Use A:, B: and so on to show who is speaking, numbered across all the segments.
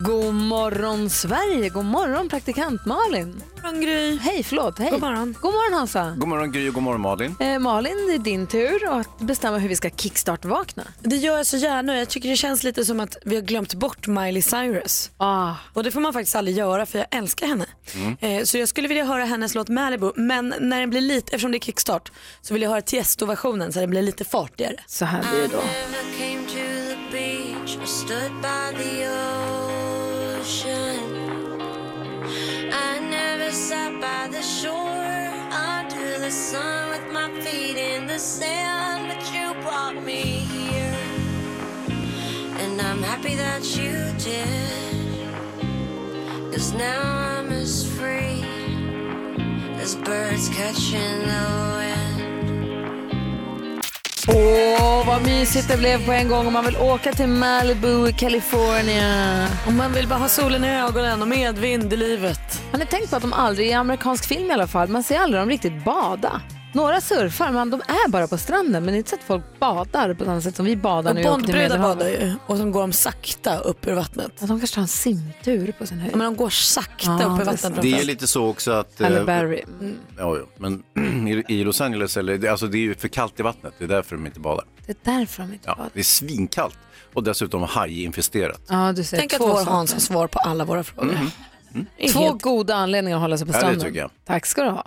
A: God morgon Sverige, god morgon praktikant Malin. God morgon Gry. Hej, förlåt. Hej. God morgon. God morgon Hansa.
B: God morgon Gry och god morgon Malin.
A: Eh, Malin, det är din tur att bestämma hur vi ska kickstart-vakna.
C: Det gör jag så gärna och jag tycker det känns lite som att vi har glömt bort Miley Cyrus.
A: Ah.
C: Och det får man faktiskt aldrig göra för jag älskar henne.
D: Mm.
C: Eh, så jag skulle vilja höra hennes låt Malibu men när den blir lite, eftersom det är kickstart så vill jag höra Tiesto-versionen så den blir lite fartigare.
A: Så här blir det då.
E: Never came to the beach or stood by the ocean. I never sat by the shore under the sun with my feet in the sand. But you brought me here, and I'm happy that you did. Cause now I'm as free as birds catching the wind.
A: Åh, vad mysigt det blev på en gång om man vill åka till Malibu i Kalifornien.
C: Om man vill bara ha solen i ögonen och medvind i livet.
A: Har ni tänkt på att de aldrig, i amerikansk film i alla fall, man ser aldrig dem riktigt bada? Några surfar, men de är bara på stranden. Men det är inte så att folk badar på samma sätt som vi badar
C: Och
A: när vi åker till
C: Bondbrudar
A: Medelhavet.
C: badar ju och sen går de sakta upp ur vattnet.
A: Ja, de kanske tar en simtur på sin höjd.
C: Ja, Men de går sakta
A: Ja,
C: upp
A: det
C: ur
A: är sant.
C: vattnet.
B: Det är lite så också att...
A: Halle
B: eh,
A: Berry. Mm.
B: ja, ja, men i- i Los Angeles, eller, det- alltså det är ju för kallt i vattnet. Det är därför de inte badar.
A: Det är därför de inte
B: Ja,
A: badar.
B: det är svinkallt och dessutom hajinfesterat.
A: Ja, du ser.
C: Tänk att
A: två
C: vår
A: saker.
C: Hans har svar på alla våra frågor. Är
A: Två
C: helt-
A: goda anledningar att hålla sig på
B: Mm. Ja, det
A: stranden.
B: tycker jag.
A: Tack ska du ha.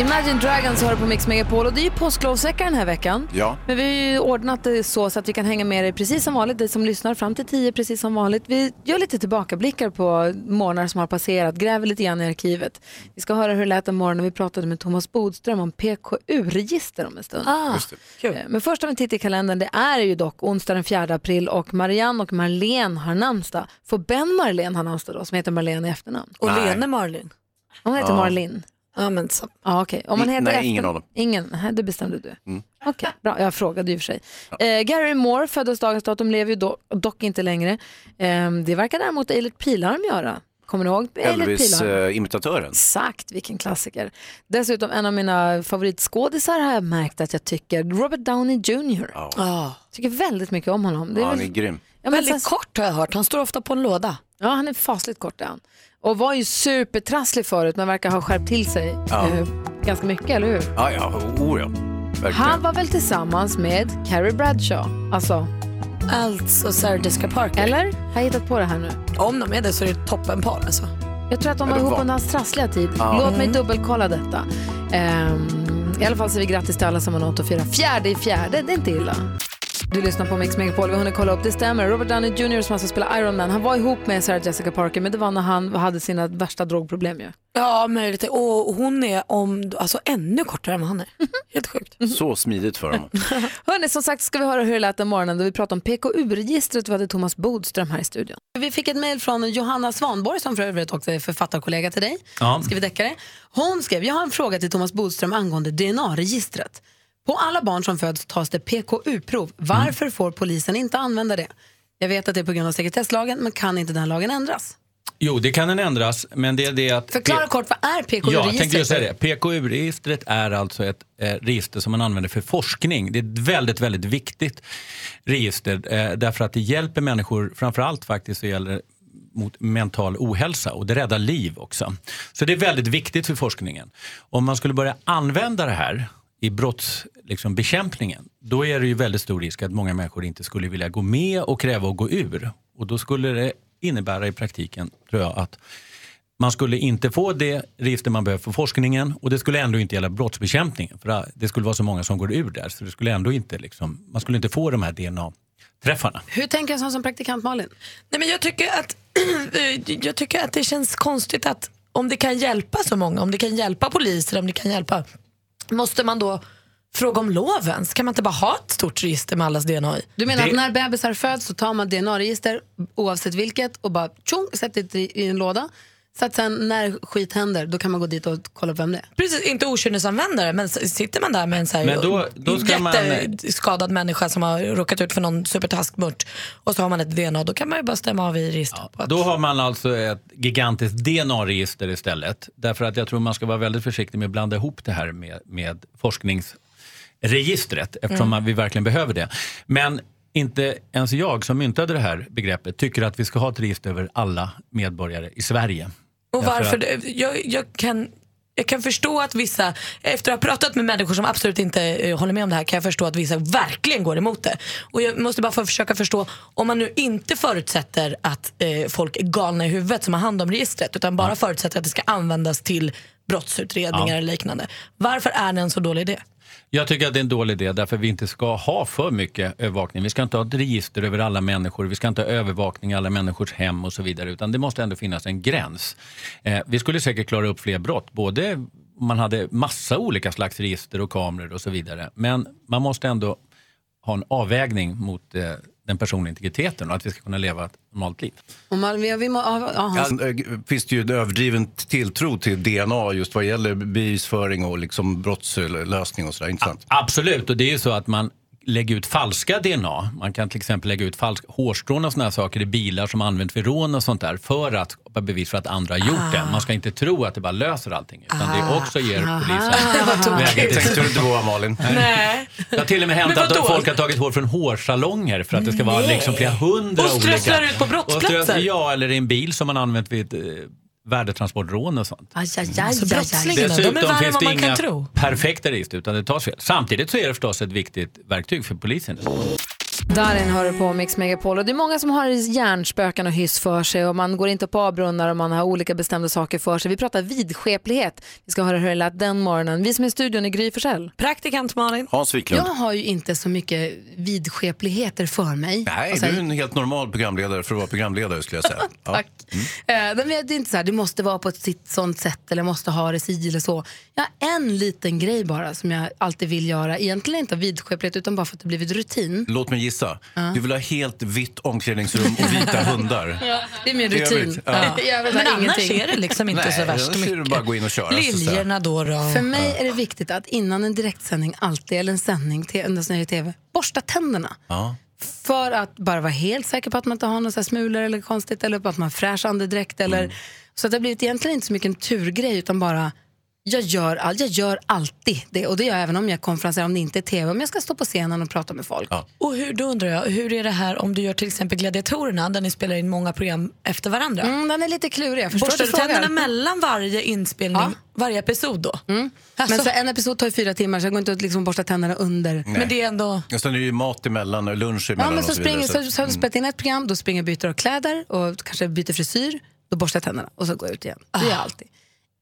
A: Imagine Dragons har du på Mix Megapol och det är ju påsklovsvecka den här veckan.
B: Ja.
A: Men vi har ju ordnat det så, så att vi kan hänga med dig precis som vanligt, dig som lyssnar fram till tio precis som vanligt. Vi gör lite tillbakablickar på morgnar som har passerat, gräver lite grann i arkivet. Vi ska höra hur det lät en morgon när vi pratade med Thomas Bodström om PKU-register om en stund.
C: Ah, kul.
A: Eh, Men först om vi tittar i kalendern, det är ju dock onsdag den 4 april och Marianne och Marlene har namnsdag. Får Ben Marlene ha namnsdag då, som heter Marlene i efternamn?
C: Och
B: Nej.
C: Lene Marlin.
A: Hon heter Marlin.
C: Ja, men så.
A: Ja, okej. Om man
B: Mm,
A: heter
B: nej,
A: efter...
B: ingen av dem.
A: Ingen, Nej, det bestämde du. Okej, bra. Jag frågade ju för sig. Eh, Gary Moore föddes dagens datum, lever ju do, dock inte längre. Eh, det verkar däremot Eilert Pilarm göra. Kommer ni ihåg Eilert
B: eh,
A: Pilarm?
B: Elvis-imitatören.
A: Exakt, vilken klassiker. Dessutom en av mina favoritskådisar har jag märkt att jag tycker, Robert Downey Jr.
C: Ah.
A: Tycker väldigt mycket om honom. Det är
B: ja, han
A: väl-
B: är grym.
A: Ja, men
C: Väldigt
A: sen-
C: kort har jag hört. Han står ofta på en låda.
A: Ja, han är fasligt kort är han. Och var ju supertrasslig förut, men verkar ha skärpt till sig
B: Ja.
A: eh, ganska mycket, eller hur?
B: Ja, ja, oh, ja. Verkligen.
A: Han var väl tillsammans med Carrie Bradshaw? Alltså,
C: Alltså Sarah Jessica Parker.
A: eller? Har jag hittat på det här nu?
C: Om de är det så är det toppenpar alltså. Mm.
A: Jag tror att de var
B: de
A: ihop
B: var.
A: under hans trassliga tid. Låt mig dubbelkolla detta. Ehm, I alla fall säger vi grattis till alla som har nått att fira fjärde i fjärde. Det är inte illa. Du lyssnar på Mix Megapol. Vi har hunnit kolla upp, det stämmer. Robert Downey Jr som alltså spelar Iron Man, han var ihop med Sarah Jessica Parker, men det var när han hade sina värsta drogproblem ju.
C: Ja, möjligt. Och hon är om, alltså ännu kortare än vad han är. Helt sjukt.
B: Så smidigt för honom.
A: Hörni, som sagt ska vi höra hur det lät den morgonen då vi pratade om PKU-registret. Vi hade Thomas Bodström här i studion. Vi fick ett mejl från Johanna Svanborg som för övrigt också är författarkollega till dig. Ja. Skriver deckare. Hon skrev, jag har en fråga till Thomas Bodström angående DNA-registret. På alla barn som föds tas det PKU-prov. Varför får polisen inte använda det? Jag vet att det är på grund av sekretesslagen, men kan inte den lagen ändras?
F: Jo, det kan den ändras, men det är det att...
A: Förklara
F: P-
A: kort, vad är PKU-registret?
F: Ja, jag tänkte just säga det. PKU-registret är alltså ett eh, register som man använder för forskning. Det är ett väldigt, väldigt viktigt register eh, därför att det hjälper människor, framförallt faktiskt så gäller det mot mental ohälsa och det räddar liv också. Så det är väldigt viktigt för forskningen. Om man skulle börja använda det här i brottsbekämpningen, liksom, bekämpningen, då är det ju väldigt stor risk att många människor inte skulle vilja gå med och kräva att gå ur. Och då skulle det innebära i praktiken, tror jag, att man skulle inte få det register man behöver för forskningen och det skulle ändå inte gälla brottsbekämpningen. För det skulle vara så många som går ur där så det skulle ändå inte liksom, man skulle inte få de här DNA-träffarna.
A: Hur tänker en sån som praktikant Malin?
C: Nej, men jag, tycker att, jag tycker att det känns konstigt att om det kan hjälpa så många, om det kan hjälpa poliser, om det kan hjälpa, måste man då fråga om lov ens? Kan man inte bara ha ett stort register med allas DNA i?
A: Du menar
F: Det-
A: att när bebisar föds så tar man DNA-register oavsett vilket och bara tjong, sätter det i en låda. Så att sen när skit händer, då kan man gå dit och kolla vem det är.
C: Precis, inte okynnesanvändare, men s- sitter man där med en så här
F: Men då- då ska man-
C: jätteskadad människa som har råkat ut för någon supertaskmört och så har man ett DNA, då kan man ju bara stämma av i registret. på att-
F: Då har man alltså ett gigantiskt DNA-register istället. Därför att jag tror man ska vara väldigt försiktig med att blanda ihop det här med, med forskningsregistret eftersom
C: Mm.
F: man, vi verkligen behöver det. Men inte ens jag som myntade det här begreppet tycker att vi ska ha ett register över alla medborgare i Sverige.
C: Och
F: Därför
C: varför, jag, jag, kan, jag kan förstå att vissa, efter att ha pratat med människor som absolut inte eh, håller med om det här, kan jag förstå att vissa verkligen går emot det. Och jag måste bara få försöka förstå, om man nu inte förutsätter att eh, folk är galna i huvudet som har hand om registret, utan bara förutsätter att det ska användas till brottsutredningar
F: Ja.
C: eller liknande. Varför är det en så dålig idé?
F: Jag tycker att det är en dålig idé därför vi inte ska ha för mycket övervakning. Vi ska inte ha ett register över alla människor, vi ska inte ha övervakning i alla människors hem och så vidare. Utan det måste ändå finnas en gräns. Eh, vi skulle säkert klara upp fler brott, både om man hade massa olika slags register och kameror och så vidare. Men man måste ändå ha en avvägning mot eh, den personliga integriteten och att vi ska kunna leva ett normalt liv.
A: Och man, vi, vi må, ja, ja, Hans.
B: Sen, eh, finns det ju en överdriven tilltro till DNA just vad gäller bevisföring och liksom brottslösning och sådär. Inte sant?
F: Absolut, och det är ju så att man lägger ut falska DNA. Man kan till exempel lägga ut falsk hårstrån och såna här saker i bilar som används vid rån och sånt där för att skapa bevis för att andra har gjort
C: Ah.
F: det. Man ska inte tro att det bara löser allting utan det också ger polisen vägar
B: Jag
F: till
B: tänkte du inte gå Malin?
C: Nej.
F: Det har till och med hänt
C: Men
F: att
C: vadå?
F: folk har tagit hår från hårssalonger för att det ska vara liksom flera hundra
C: Och strösslar
F: olika.
C: ut på brottsplatser.
F: Och strösslar- Ja, eller i en bil som man använt vid eh, värdetransportrån och sånt.
A: Aj, aj, aj,
C: Så
A: aj, aj,
C: Mm. Alltså, brottslingarna, de är värre än
F: finns
C: vad
F: det
C: man kan
F: inga
C: tro.
F: perfekta register utan det tas fel. Samtidigt så är det förstås ett viktigt verktyg för polisen.
A: Darin hör du på Mix Megapol och det är många som har hjärnspöken och hyss för sig och man går inte på avbrunnar och man har olika bestämda saker för sig. Vi pratar vidskeplighet. Vi ska höra hur det lät den morgonen. Vi som är i studion är Gry Forssell.
C: Praktikant Malin.
B: Hans Wiklund.
A: Jag har ju inte så mycket vidskepligheter för mig.
B: Nej,
A: Alltså,
B: du är en helt normal programledare för att vara programledare skulle jag säga. Ja. Mm.
A: Tack. Eh, nej, men det är inte så här, det måste vara på ett sitt sånt sätt eller måste ha det si eller så. Jag har en liten grej bara som jag alltid vill göra. Egentligen inte av vidskeplighet utan bara för att det blivit rutin.
B: Låt mig gissa. Du vill ha helt vitt omklädningsrum och vita hundar.
A: Det är min
B: I övrigt,
A: rutin.
B: ja.
A: I övrigt har
C: Men
A: jag
C: annars är det liksom inte
B: Nej,
C: så värst
B: annars är det
C: mycket.
B: bara att gå in och köra, så att säga.
C: Liljorna då då.
A: För mig är det viktigt att innan en direktsändning alltid, eller en sändning, te- när jag är i TV, borsta tänderna. För att bara vara helt säker på att man inte har några så här smulor eller konstigt, eller på att man har fräsch andedräkt. Eller, Så att det har blivit egentligen inte så mycket en turgrej, utan bara jag gör, all, jag gör alltid det. Och det gör jag även om jag konferenserar, om det inte är TV, om jag ska stå på scenen och prata med folk.
C: Och hur, då undrar jag, hur är det här om du gör till exempel Gladiatorerna där ni spelar in många program efter varandra?
A: Mm, den är lite klurig, jag förstår
C: Borstar
A: du
C: du
A: frågan.
C: tänderna mellan varje inspelning,
A: Ja.
C: varje episod då? Alltså,
A: Men
C: men,
A: så en episod tar ju fyra timmar, så jag går inte att liksom borsta tänderna under.
C: det är ändå...
B: Och sen är det ju mat emellan, och lunch
A: Ja,
B: emellan
A: men
B: och
A: så
B: så vidare.
A: springer, så,
B: att- Mm.
A: så har du spelat in ett program, då springer jag och byter av kläder och kanske byter frisyr, då borstar jag tänderna och så går jag ut igen. Det gör jag alltid.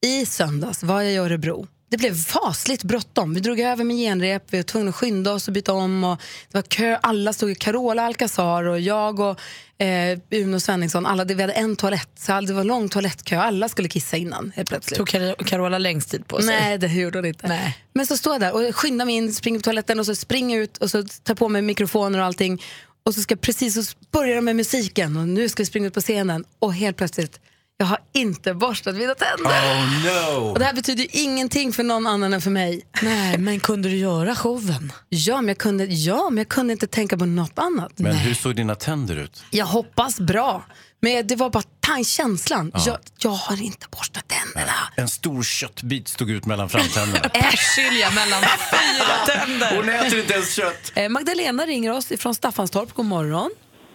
A: I söndags var jag i Örebro. Det blev fasligt bråttom. Vi drog över med genrep, vi var tvungna att skynda oss och byta om. Och det var kö, alla stod i Carola Alcazar och jag och eh, Uno Svenningsson, alla, det- vi hade en toalett. Så all- det var lång toalettkö, alla skulle kissa innan helt plötsligt.
C: Tog Car- Carola längst tid på sig?
A: Nej, det gjorde hon inte.
C: Nej.
A: Men så står jag där och skyndar mig in, springer på toaletten och så springer jag ut och så tar på mig mikrofoner och allting. Och så ska jag precis så börjar de med musiken och nu ska vi springa ut på scenen och helt plötsligt, jag har inte borstat mina tänder.
B: Oh no!
A: Och det här betyder ju ingenting för någon annan än för mig.
C: Nej, men kunde du göra showen?
A: Ja, men jag kunde, ja, men jag kunde inte tänka på något annat.
B: Mm. Men hur såg dina tänder ut?
A: Jag hoppas bra, men det var bara tan- känslan. Jag, jag har inte borstat tänderna.
B: En stor köttbit stod ut mellan framtänderna.
C: Persilja mellan fyra tänder.
B: Hon äter inte ens kött!
A: Eh, Magdalena ringer oss från Staffanstorp. God morgon.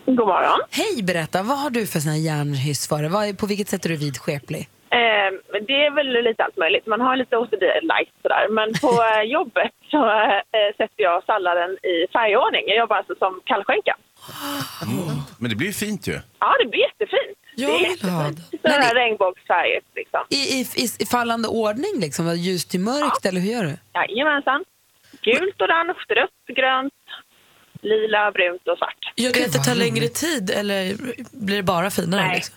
G: God morgon.
A: Hej, berätta. Vad har du för sån här järnhyss för? Vad är, på vilket sätt är du vidskeplig?
G: Eh, det är väl lite allt möjligt. Man har lite OCD light sådär. Men på eh, jobbet så eh, sätter jag salladen i färgordning. Jag jobbar alltså som kallskänka.
B: Men det blir ju fint ju.
G: Ja, det blir jättefint.
C: Jag
G: det är
C: vill ha
G: jättefint.
C: det.
G: Sådana
A: Men
G: här regnbågsfärger liksom.
A: I, i, i, i fallande ordning liksom? Vad, Ljust till mörkt eller hur gör du?
G: Jajamensan. Gult, orange, rött, grönt, lila, brunt och svart.
C: Gör det att det tar längre tid eller blir det bara finare?
G: Nej.
C: Liksom?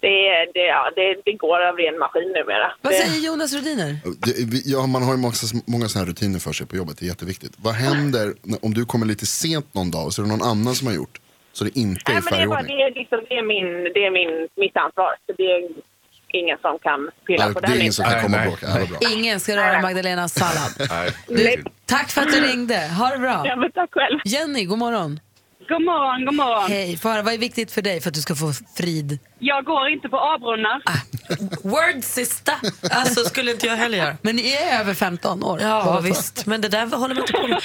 G: Det, är- det, ja, det, det går av ren maskin numera.
A: Vad
G: det,
A: säger Jonas Rhodiner?
H: Det, vi- ja, man har ju massa, många sådana här rutiner för sig på jobbet, det är jätteviktigt. Vad händer när- om du kommer lite sent någon dag och så är det någon annan som har gjort? Så det inte
G: Nej,
H: är
G: men det, är bara,
H: färgordning.
G: det, är liksom, det är, min, det är min, mitt ansvar. Så det, ingen som kan pilla
H: Nej,
G: på
H: det
G: den
H: är ingen som kan
G: listan.
H: komma och bråka. Ja, vad bra.
A: Ingen ska röra Magdalenas sallad.
H: Nej.
A: Du, tack för att du ringde. Ha det bra.
G: Ja, men tack själv.
A: Jenny, god morgon.
I: God morgon, god morgon.
A: Hej. Få höra, vad är viktigt för dig för att du ska få frid?
I: Jag går inte på A-brunnar.
C: Ah. Word sista. Alltså skulle inte jag heller göra.
A: Men ni är över 15 år.
C: Ja
A: båda två.
C: visst, men det där håller man inte på med.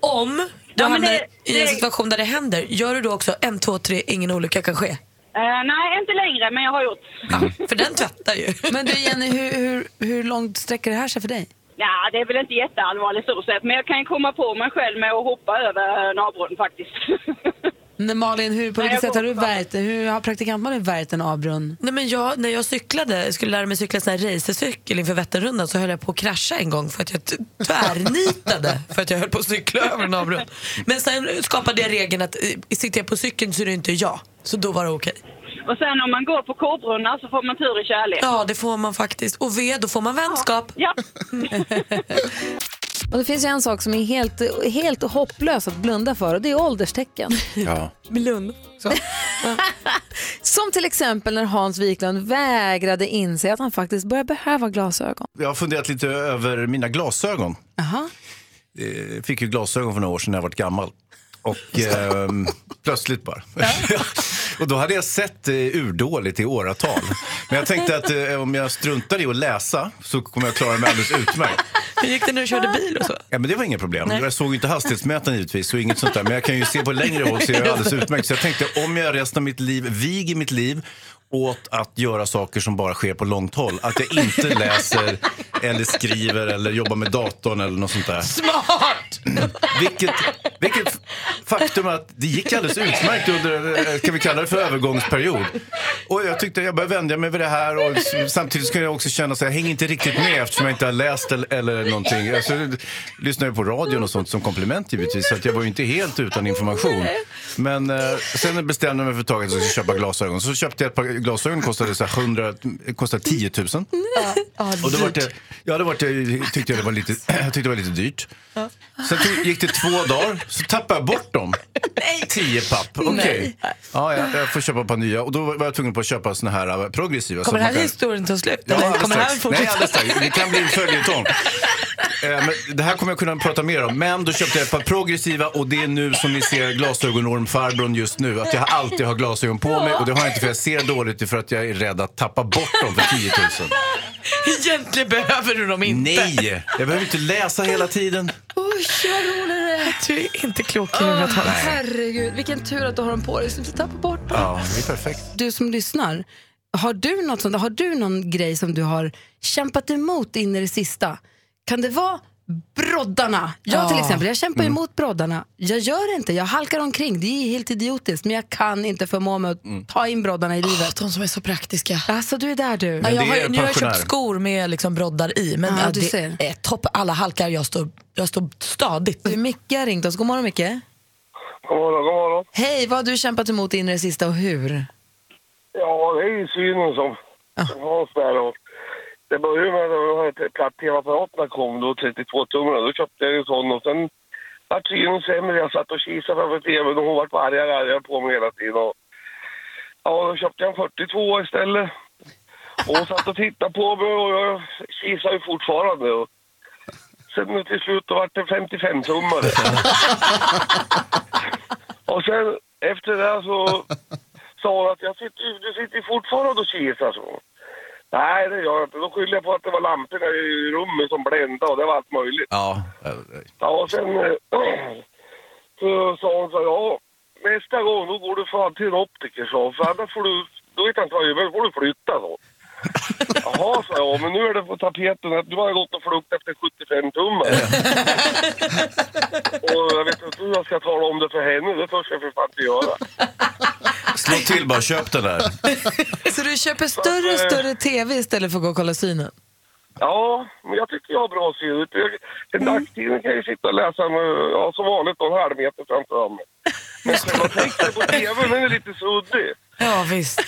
C: Om du
I: Ja, men
C: hamnar
I: det-
C: i en
I: det-
C: situation där det händer, gör du då också en, två, tre, ingen olycka kan ske?
I: Eh, nej, inte längre, men jag har gjort.
C: För den tvättar ju.
A: Men du Jenny, hur, hur, hur långt sträcker det här sig för dig?
I: Ja, det är väl inte jätteallvarligt så sett, men jag kan ju komma på mig själv med att hoppa över en A-brunn faktiskt.
A: Nej, Malin, hur, på
I: Nej,
A: vilket
I: jag
A: sätt har du värjt Hur har praktikant-Malin värjt en avbrunn?
C: Nej, men jag, när jag cyklade, skulle lära mig cykla en sån här racercykel inför Vätternrundan så höll jag på att krascha en gång för att jag t- tvärnitade för att jag höll på att cykla över en avgrund. Men sen skapade jag regeln att eh, sitter jag på cykeln så är det inte jag. Så då var det okej.
I: Och sen om man går på K-brunnar så får man tur i kärlek.
C: Ja, det får man faktiskt. Och V, då får man vänskap.
I: Ja.
A: Och det finns ju en sak som är helt, helt hopplös att blunda för och det är ålderstecken.
J: Ja.
C: Blund.
A: Som till exempel när Hans Wiklund vägrade inse att han faktiskt börjar behöva glasögon.
J: Jag har funderat lite över mina glasögon.
A: Aha.
J: Eh, fick ju glasögon för några år sedan när jag var gammal. Och ehm, plötsligt bara. och då hade jag sett eh, urdåligt i åratal. Men jag tänkte att eh, om jag struntar i att läsa så kommer jag klara mig alldeles utmärkt.
C: Hur gick det när du körde bil och så?
J: Ja, men det var inga problem. Jag såg ju inte hastighetsmätaren givetvis och inget sånt där. Men jag kan ju se på längre håll så är jag alldeles utmärkt. Så jag tänkte om jag resten av mitt liv viger mitt liv åt att göra saker som bara sker på långt håll. Att jag inte läser eller skriver eller jobbar med datorn eller något sånt där.
C: Smart!
J: Vilket, vilket faktum att det gick alldeles utmärkt under, eh, kan vi kalla det för övergångsperiod. Och jag tyckte jag började vänja mig vid det här och s- samtidigt skulle jag också känna att jag hänger inte riktigt med eftersom jag inte har läst eller, eller någonting. Alltså, jag lyssnade ju på radion och sånt som komplement givetvis så att jag var ju inte helt utan information. Men eh, sen bestämde jag mig för ett tag att jag skulle köpa glasögon. Så köpte jag ett par glasögon, kostade, så här 100, kostade 10 000. Och då var det, ja, då var det, tyckte jag det var lite, jag tyckte det var lite dyrt. Sen tog, gick det två dagar, så tappade jag bort dem. Tio papp, okej. Ja, jag, jag får köpa ett par nya. Och då var jag tvungen på att köpa såna här eh, progressiva.
C: Kommer
J: som man
C: den här
J: kan-
C: historien ta slut?
J: Ja,
C: eller
J: alldeles
C: kommer den här
J: strax. Nej,
C: fortsätta?
J: alldeles strax. Det kan bli en följetong. Eh, Men det här kommer jag kunna prata mer om. Men då köpte jag ett par progressiva och det är nu som ni ser glasögonormfarbrorn just nu. Att jag alltid har glasögon på mig och det har jag inte för jag ser dåligt det är för att jag är rädd att tappa bort dem för 10 000.
C: Egentligen behöver du dem inte.
J: Nej, jag behöver inte läsa hela tiden.
C: Du är inte klok i huvudet. Hans.
A: Herregud, vilken tur att du har dem på dig så du inte tappar bort dem.
J: Ja, det är perfekt.
A: Du som lyssnar, har du, något sånt, har du någon grej som du har kämpat emot in i det sista? Kan det vara broddarna? Jag till exempel, jag kämpar
C: Mm.
A: emot broddarna. Jag gör det inte, jag halkar omkring. Det är helt idiotiskt, men jag kan inte förmå mig att ta in broddarna i livet.
C: Mm. De som är så praktiska.
A: Alltså du är där du.
C: Ja, jag
J: det
C: har,
J: är
C: ju- nu har jag
J: pensionär.
C: köpt skor med liksom broddar i, men
A: Ja,
C: ja,
A: du
C: det
A: ser.
C: är topp. Alla halkar, jag står, jag står stadigt.
A: Du, Micke har ringt oss. God morgon, Micke.
K: God morgon, god morgon.
A: Hej, vad har du kämpat emot in i det sista och hur?
K: Ja, det är ju synen som som Hans där. Och det började med att de här platt-tv-apparaterna kom, då 32 tummarna. Då köpte jag en sån och sen vart synen sämre. Jag satt och kisade framför tvn och hon vart argare och argare på mig hela tiden. Och, ja, då köpte jag en 42 istället. Och hon satt och tittade på mig och jag kisade ju fortfarande. Och sen till slut då vart det 55-tummare. och sen efter det så sa hon att jag sitter, du sitter fortfarande och kisar, så. Nej, det gör jag inte. Då skyller jag på att det var lamporna i rummet som bländade och det var allt möjligt.
J: Ja. eh,
K: Ja, och sen eh, så sa hon så här, ja, nästa gång då går du fan till en optiker, sa hon, för annars får du, då vet jag inte vad jag gör, då får du flytta, så. Jaha, sa jag, men nu är det på tapeten att du har gått och flukt efter 75 tummar. och jag vet inte hur jag ska tala om det för henne, det törs jag för fan inte göra.
J: Slå till bara, köp den där.
A: Så du köper större och större tv istället för att gå och kolla synen?
K: Ja, men jag tycker jag har bra syn. En
C: Mm.
K: dagstidning kan jag ju sitta och läsa med, ja, som vanligt någon halvmeter framför mig. Men själva texten på tvn den är lite suddig.
C: Ja, visst.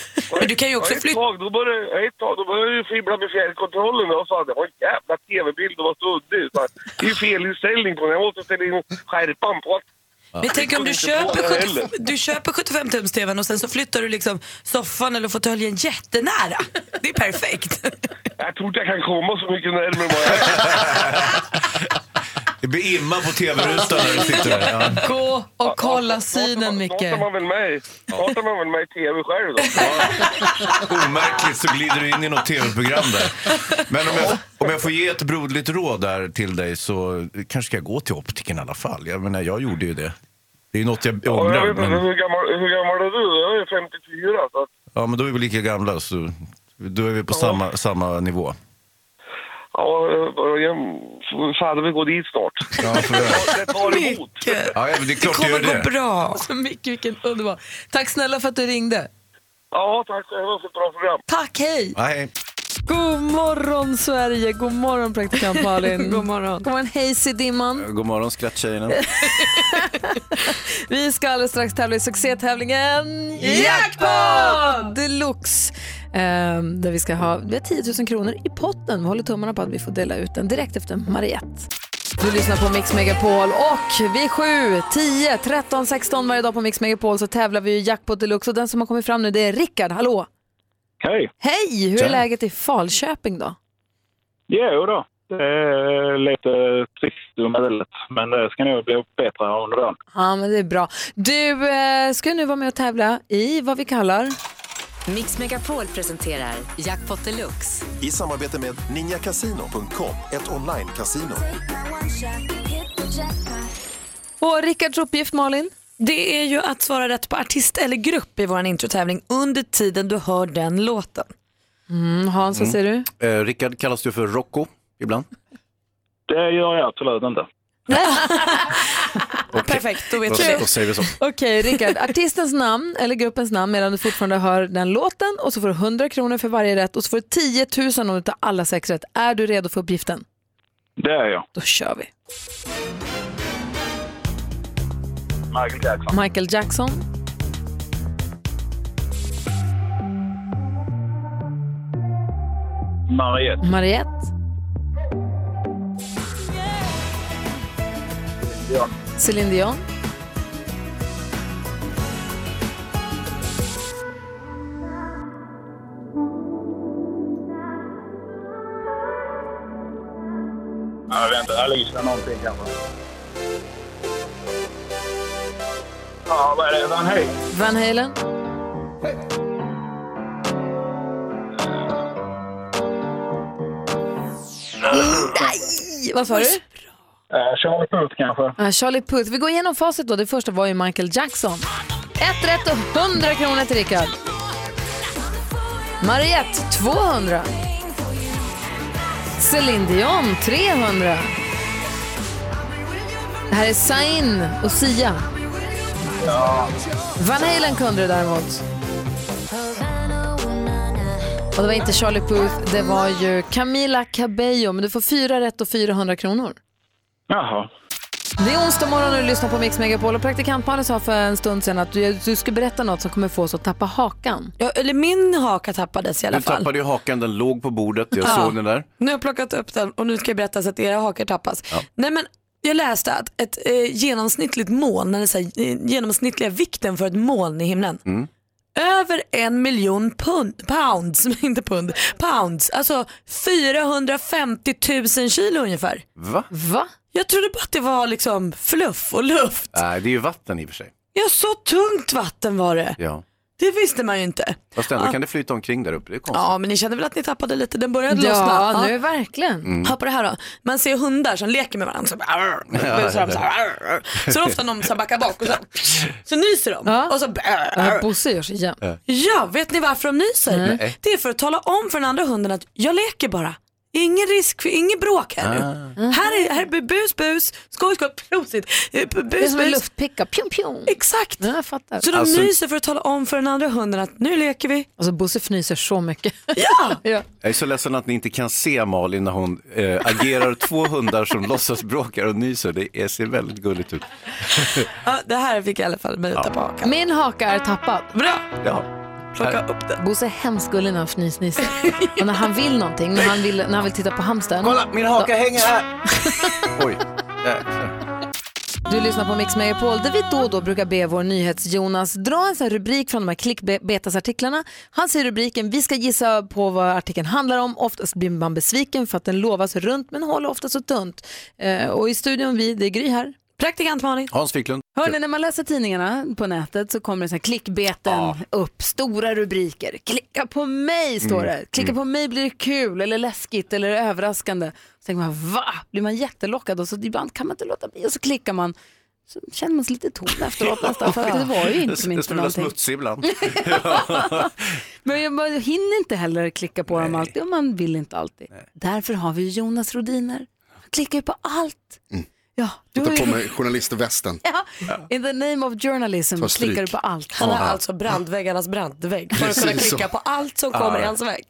C: Men du kan ju också
K: Ja, ett
C: flytta.
K: tag, då började, ja, ett tag, då började jag ju fibbla med fjärrkontrollen och sa att det var en jävla tv-bild och var suddig. Så här, Det är ju fel inställning på den. Jag måste ställa in skärpan på att
C: Men jag tänker om du
K: Jag kunde inte
C: köper,
K: få det
C: 70,
K: heller.
C: du köper 75 tums tvn och sen så flyttar du liksom soffan eller fåtöljen jättenära. Det är perfekt.
K: Jag tror inte jag kan komma så mycket närmare vad jag är.
B: Det blir imma på tv-rutan när du sitter där. Ja.
A: Gå och kolla synen, Micke.
K: Pratar man väl mig? Pratar man väl mig i tv själv då?
B: Omärkligt så glider du in i något tv-program där. Men om jag, om jag får ge ett broderligt råd där till dig så kanske ska jag gå till optiken i alla fall. Jag menar, jag gjorde ju det. Det är ju något jag
K: Ja, jag
B: ångrar.
K: vet inte,
B: Men,
K: hur, gammal, hur gammal är du? Jag är 54. Så att,
B: ja, men då är vi lika gamla så då är vi på samma, samma nivå.
K: ja, jag, jag, så hade vi gå dit snart.
B: Ja, för det.
K: Det tar emot.
B: Ja, men det är klart du gör det.
C: bra.
A: Så Micke, vilken underbar. Tack snälla för att du ringde.
K: Ja, tack själva för ett bra program.
A: Tack, hej.
B: Nej.
A: God morgon, Sverige. God morgon, praktikant Malin. God morgon. God morgon, hejs i dimman.
B: God morgon skratttjejerna.
A: Vi ska alldeles strax tävla i succétävlingen
E: Jackpot!
A: Deluxe. Ehm, där vi ska ha vi har 10 000 kronor i potten. Vi håller tummarna på att vi får dela ut den direkt efter Mariette. Du lyssnar på Mix Megapol och vid 7, 10, 13, 16 varje dag på Mix Megapol så tävlar vi i Jackpot Deluxe och den som har kommit fram nu det är Rickard. Hallå!
L: Hej!
A: Hej! Hur är
L: Tja.
A: läget i Falköping då?
L: Jo då, det är lite trist och möjligt, men det ska nog bli bättre under dagen.
A: Ja, men det är bra. Du eh, ska nu vara med och tävla i vad vi kallar...
M: Mix Megapol presenterar Jackpot Deluxe.
N: I samarbete med ninjakasino.com, ett online-casino.
A: Och Rickards uppgift, Malin?
C: Det är ju att svara rätt på artist eller grupp i vår introtävling under tiden du hör den låten.
A: Mm, Hans, vad säger du?
B: Eh, Rickard kallas du för Rocco ibland.
L: Det gör jag absolut inte.
A: Perfekt, då
B: Då, då säger vi så.
A: Okej, Rickard. Artistens namn eller gruppens namn medan du fortfarande hör den låten och så får du 100 kronor för varje rätt och så får du 10 000 om du tar alla sex rätt. Är du redo för uppgiften?
L: Det är jag.
A: Då kör vi.
L: Michael Jackson.
A: Michael Jackson,
L: Mariette.
A: Mariette,
L: Björn.
A: Céline Dion,
L: Jag vet inte, Alicia någonting kanske. Ja, vad är det? Van Halen?
A: Van Halen, Nej! Vad sa du?
L: Eh, Charlie Puth kanske.
A: Ah, Charlie Puth. Vi går igenom facit då. Det första var ju Michael Jackson. Ett rätt och 100 kronor till Rickard. Mariette 200. Céline Dion 300. Det här är Sain och Sia.
L: Ja.
A: Van Halen kunde det däremot. Och det var inte Charlie Puth, det var ju Camila Cabello. Men du får fyra rätt och 400 kronor.
L: Jaha.
A: Det är onsdag morgon och du lyssnar på Mix Megapol och praktikant Malin sa för en stund sedan att du, du ska berätta något som kommer få oss att tappa hakan.
C: Ja, eller min haka tappades i alla
J: Du
C: fall.
J: tappade ju hakan, den låg på bordet. Jag
C: Ja.
J: såg den där.
C: Nu har jag plockat upp den och nu ska jag berätta så att era hakar tappas.
J: Ja.
C: Nej men jag läste att ett eh, genomsnittligt moln, eller så här, eh, genomsnittliga vikten för ett moln i himlen,
J: Mm.
C: över en miljon pund, pounds, inte pund, pounds, alltså 450 000 kilo ungefär.
J: Va?
A: Va?
C: Jag trodde bara att det var liksom fluff och luft.
J: Nej, det är ju vatten i och för sig.
C: Ja, så tungt vatten var det.
J: Ja.
C: Det visste man ju inte.
J: Fast ändå
C: Ja.
J: kan det flyta omkring där uppe. Det är konstigt.
C: Ja, men ni kände väl att ni tappade lite, den började
A: Ja,
C: lossna.
A: nu verkligen.
J: Mm.
C: Hör på det här då. Man ser hundar som leker med varandra. Så, arr, så, de så, här, arr. så är det ofta någon som backar bak och så, så nyser de. Och så,
A: Ja,
C: arr.
A: Bosse gör sig jämt.
C: Ja, vet ni varför de nyser?
A: Nej.
C: Det är för att tala om för den andra hunden att jag leker bara. Ingen risk, för inget bråk här
J: Ah.
C: nu. Här är, här är bus, bus, skoj, skoj, prosit. eh, Bus,
A: Det är som en
C: bus.
A: luftpicka, pjum pjum.
C: Exakt.
A: Ja, jag fattar.
C: Så de
J: Alltså-
C: nyser för att tala om för den andra hunden att nu leker vi.
A: Alltså Bosse fnyser så mycket.
C: Ja!
J: Jag är så ledsen att ni inte kan se Malin när hon eh, agerar två hundar som låtsas bråkar och nyser. Det är, ser väldigt gulligt ut.
C: ja, det här fick jag i alla fall mig att tappa hakan.
A: Min haka är tappad.
C: Bra!
J: Ja. Här.
C: upp den.
A: Bosse är hemskt gullig när han fnysnissar. och när han vill någonting, när han vill, när han vill titta på hamstern.
J: Kolla, min haka hänger här. Oj.
G: Du lyssnar på Mix Megapol där vi då och då brukar be vår nyhets-Jonas dra en sån här rubrik från de här klickbetasartiklarna. Han säger rubriken, vi ska gissa på vad artikeln handlar om. Oftast blir man besviken för att den lovas runt men håller oftast så tunt. Eh, och i studion vi, det är Gry här. Praktikant Malin.
J: Hans Wiklund.
A: Hörni, när man läser tidningarna på nätet så kommer det så här klickbeten upp, stora rubriker. Klicka på mig står det.
G: Mm,
A: Klicka
G: mm.
A: på mig blir det kul eller läskigt eller överraskande. Så tänker man, va? Blir man jättelockad och så ibland kan man inte låta bli och så klickar man. Så känner man sig lite tom efteråt nästan för att det var ju inte som
J: En
A: inte
J: smula
A: någonting.
J: smutsig ibland.
A: Men jag bara hinner inte heller klicka på dem alltid och man vill inte alltid. Därför har vi Jonas Rodiner. Han klickar ju på allt. Ja, du har
H: Ta på
A: ju-
H: mig journalistvästen.
A: Ja, in the name of journalism
H: Ta stryk.
A: klickar du på allt.
H: Han har Ja. alltså
C: brandväggarnas brandvägg
H: för att kunna Precis så. klicka på
C: allt
H: som kommer i hans
C: väg.